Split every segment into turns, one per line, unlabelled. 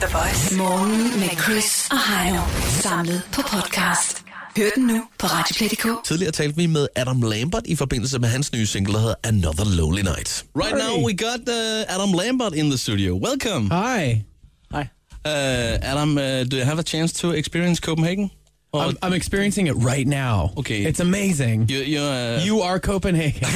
The Voice. Morgen med Chris og Heino. Samlet på podcast. Hør den nu på Radioplay.dk.
Tidligere talte vi med Adam Lambert i forbindelse med hans nye single, der hedder Another Lonely Night. Right now we got uh, Adam Lambert in the studio. Welcome.
Hi.
Uh, Adam, uh, do you have a chance to experience Copenhagen? Or
I'm, I'm experiencing it right now.
Okay.
It's amazing.
you, you, uh,
You are Copenhagen.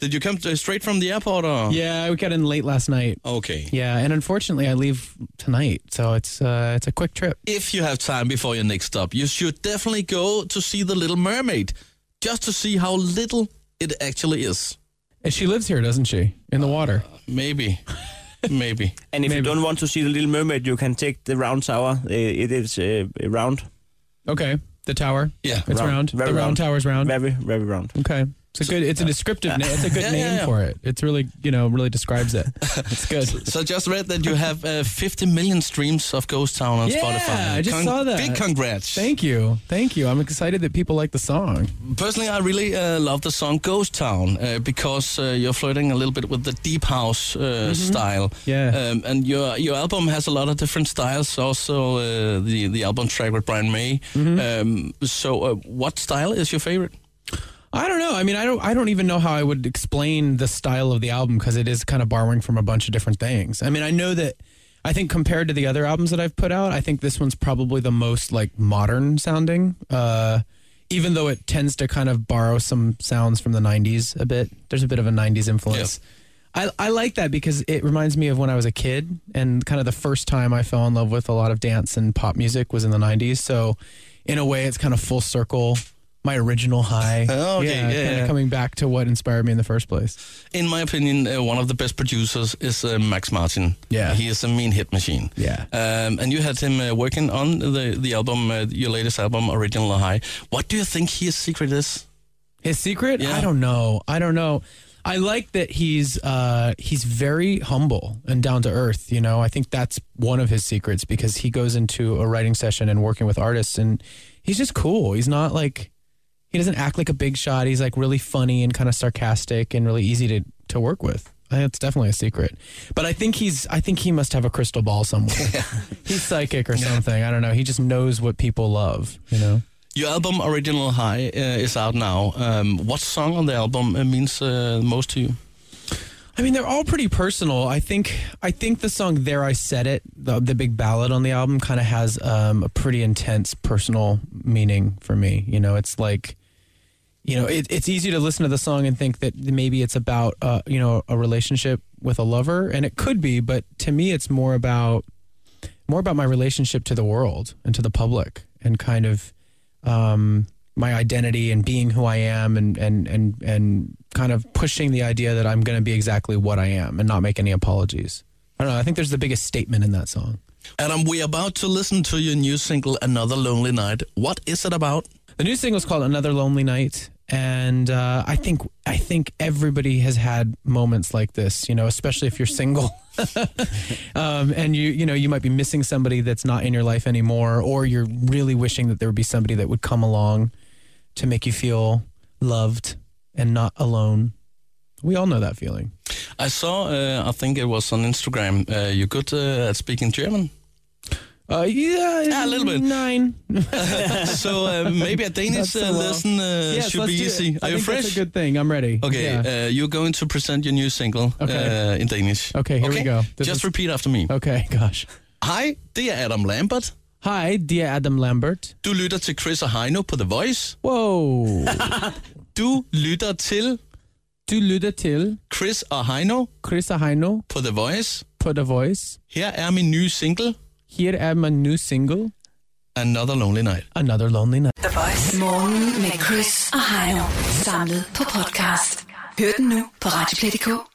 did you come uh, straight from the airport? Or?
yeah, we got in late last night.
Okay.
Yeah, and unfortunately, I leave tonight, so it's uh, it's a quick trip.
if you have time before your next stop, you should definitely go to see The Little Mermaid, just to see how little it actually is.
And she lives here, doesn't she? In the water.
Maybe. Maybe.
And if you don't want to see the Little Mermaid, you can take the round tower. Uh, it is uh, round,
Uh, Okay, the tower.
Yeah,
it's
round.
round.
Very
the round,
round.
tower's round.
very very round.
okay, it's a good. It's a descriptive. name. It's a good
Yeah, yeah,
name
yeah.
for it. It's really you know really describes it. It's good.
So I just read that you have uh, 50 million streams of Ghost Town on
Yeah,
Spotify.
I just saw that.
Big congrats.
Thank you, thank you. I'm excited that people like the song.
Personally, I really uh, love the song Ghost Town uh, because uh, you're flirting a little bit with the deep house uh, style.
Mm-hmm. Yeah.
Um, and your your album has a lot of different styles. Also, uh, the the album track with Brian May.
Mm-hmm.
Um, so, uh, what style is your favorite?
I don't know. I mean, I don't. I don't even know how I would explain the style of the album because it is kind of borrowing from a bunch of different things. I mean, I know that. I think compared to the other albums that I've put out, I think this one's probably the most like modern sounding. Uh, even though it tends to kind of borrow some sounds from the '90s a bit. There's a bit of a '90s influence. I, I like that because it reminds me of when I was a kid and kind of the first time I fell in love with a lot of dance and pop music was in the 90s. So, in a way, it's kind of full circle, my original high.
Oh, okay. Yeah,
kind
yeah.
of coming back to what inspired me in the first place.
In my opinion, uh, one of the best producers is uh, Max Martin.
Yeah.
He is a mean hit machine.
Yeah.
Um, and you had him uh, working on the the album, uh, your latest album, Original High. What do you think his secret is?
His secret?
Yeah.
I don't know. I don't know. I like that he's uh, he's very humble and down to earth. You know, I think that's one of his secrets because he goes into a writing session and working with artists, and he's just cool. He's not like he doesn't act like a big shot. He's like really funny and kind of sarcastic and really easy to to work with. I think It's definitely a secret, but I think he's I think he must have a crystal ball somewhere. he's psychic or something. I don't know. He just knows what people love. You know.
Your album Original High uh, is out now. Um, what song on the album uh, means uh, most to you?
I mean, they're all pretty personal. I think I think the song "There I Said It," the, the big ballad on the album, kind of has um, a pretty intense personal meaning for me. You know, it's like, you know, it, it's easy to listen to the song and think that maybe it's about uh, you know a relationship with a lover, and it could be, but to me, it's more about more about my relationship to the world and to the public, and kind of um, my identity and being who I am and and and and kind of pushing the idea that I'm going to be exactly what I am and not make any apologies. I don't know. I think there's the biggest statement in that song.
Adam, we're about to listen to your new single, Another Lonely Night. What is it about?
The new single's called "Another Lonely Night," and uh, I think I think everybody has had moments like this. You know, especially if you're single, um, and you you know you might be missing somebody that's not in your life anymore, or you're really wishing that there would be somebody that would come along to make you feel loved and not alone. We all know that feeling.
I saw, uh, I think it was on Instagram, uh, you're good uh, at speaking German.
Uh, yeah,
Ah, a little bit.
nine.
so uh, maybe a Danish
Not so
uh,
well.
lesson uh,
Yes,
should
let's
be
do it.
easy.
I
Are you
think
fresh?
That's a good thing. I'm ready.
okay,
Yeah.
uh, you're going to present your new single
Okay.
uh, in Danish.
Okay, here we go. This
Just
is-
repeat after me.
okay. Gosh.
Hej, det er Adam Lambert.
Hi, dear Adam Lambert.
Du lytter til Chris og Heino på The Voice.
Whoa.
Du lytter til
Du lytter til
Chris og Heino
Chris og Heino
på The Voice.
på The Voice.
Her er min nye single,
Her er min nye single,
Another Lonely Night.
Another Lonely Night.
The Voice. Morgen med Chris og Heino. Samlet på podcast. Hør den nu på Radioplay.dk.